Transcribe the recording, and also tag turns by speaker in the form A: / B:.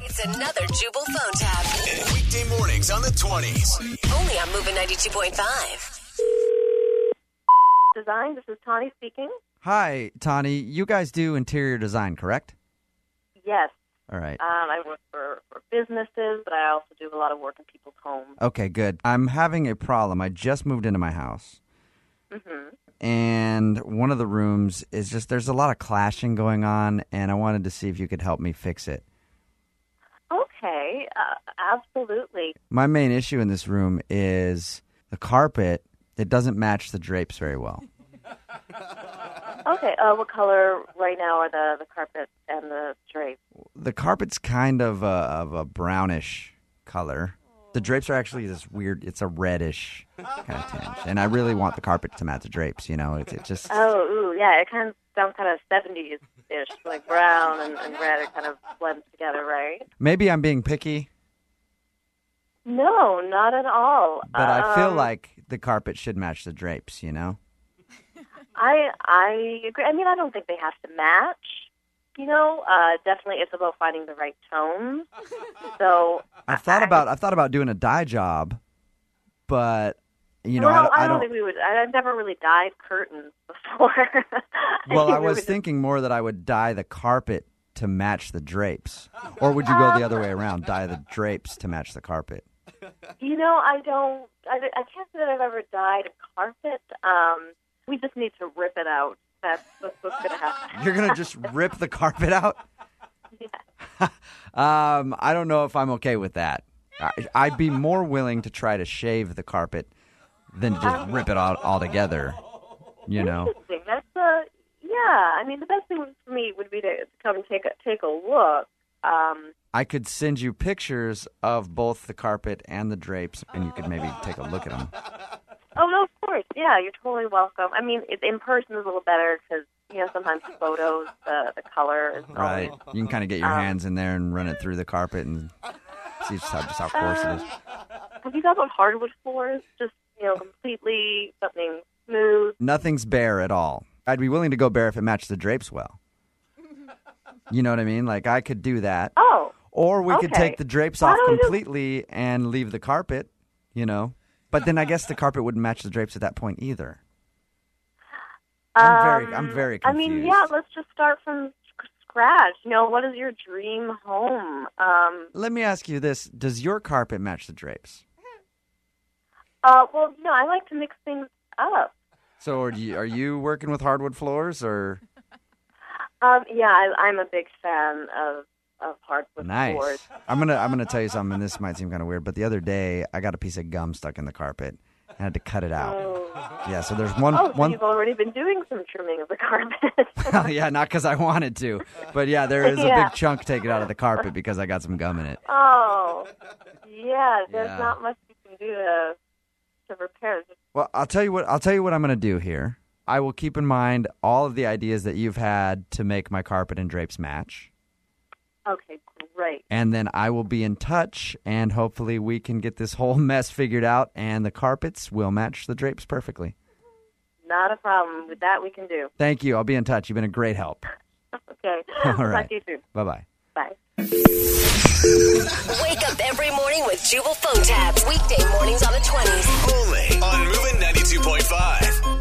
A: It's another Jubal phone tab.
B: Weekday mornings on the 20s.
A: Only on Moving 92.5.
C: Design. This is Tawny speaking.
D: Hi, Tani. You guys do interior design, correct?
C: Yes,
D: All right.
C: um, I work for, for businesses, but I also do a lot of work in people's homes.
D: Okay, good. I'm having a problem. I just moved into my house. And one of the rooms is just there's a lot of clashing going on, and I wanted to see if you could help me fix it.
C: Okay, uh, absolutely.
D: My main issue in this room is the carpet. It doesn't match the drapes very well.
C: Okay, uh, what color right now are the, the carpet and the drapes?
D: The carpet's kind of a, of a brownish color. The drapes are actually this weird. It's a reddish kind of tinge, and I really want the carpet to match the drapes. You know, it's it just
C: Oh, ooh, yeah, it kind of sounds kind of 70s ish, like brown and, and red, it kind of blends together, right?
D: maybe I'm being picky,
C: No, not at all.
D: but I feel
C: Um,
D: like the carpet should match the drapes. You know,
C: I I agree. I mean, I don't think they have to match. You know, uh, definitely it's about finding the right tones. So
D: I've thought about I've thought about doing a dye job, but you know,
C: well,
D: I don't. I don't-
C: think we would. I, I've never really dyed curtains before.
D: well,
C: think
D: I
C: we
D: was
C: would
D: thinking more that I would dye the carpet to match the drapes, or would you go the other way around, dye the drapes to match the carpet?
C: just- You know, I don't. I, I can't say that I've ever dyed a carpet. Um, we just need to rip it out. That's, that's what's going to happen.
D: You're gonna just rip the carpet out. um, I don't know if I'm okay with that. I, I'd be more willing to try to shave the carpet than to just rip it out altogether. You know,
C: Interesting. That's a yeah. I mean, the best thing for me would be to, to come and take a take a look. Um,
D: I could send you pictures of both the carpet and the drapes, and you could maybe take a look at them.
C: oh no, of course. Yeah, you're totally welcome. I mean, it, in person is a little better because you know sometimes photos the the color is
D: Right?
C: always
D: You can kind of get your hands in there and run it through the carpet and see just how just how coarse it is.
C: Have you guys on hardwood floors? Just you know, completely something smooth.
D: Nothing's bare at all. I'd be willing to go bare if it matched the drapes well. You know what I mean? Like I could do that.
C: Oh,
D: Or we could
C: Okay.
D: take the drapes
C: Why
D: off
C: don't you-
D: completely and leave the carpet, you know. But then I guess the carpet wouldn't match the drapes at that point either. I'm very- I'm
C: um,
D: very
C: I mean, yeah.
D: confused.
C: Let's just start from sc- scratch. You know, what is your dream home? Um,
D: Let me ask you this, does your carpet match the drapes?
C: uh, well, no, I like to mix things up.
D: So are you, are you working with hardwood floors or
C: Um, yeah, I, I'm a big fan of of hardwood floors.
D: nice? I'm going to I'm going to tell you something and this might seem kind of weird, but the other day I got a piece of gum stuck in the carpet. I had to cut it out.
C: Oh,
D: Yeah, so there's one
C: Oh, so
D: one
C: you've already been doing some trimming of the carpet.
D: Oh, yeah, not cuz I wanted to. But yeah, there is a
C: Yeah.
D: big chunk taken out of the carpet because I got some gum in it.
C: oh, yeah. There's
D: Yeah.
C: not much you can do to to repair. Just
D: Well, I'll tell you what. I'll tell you what I'm going to do here. I will keep in mind all of the ideas that you've had to make my carpet and drapes match,
C: Okay, great.
D: and then I will be in touch, and hopefully we can get this whole mess figured out, and the carpets will match the drapes perfectly.
C: Not a problem. With that, we can do.
D: Thank you. I'll be in touch. You've been a great help.
C: Okay.
D: All
C: Talk
D: right.
C: to you soon.
D: Bye bye.
C: Bye.
A: Wake up every morning with Jubal phone tabs. Weekday mornings on the 20s.
B: Only on Moving 92.5.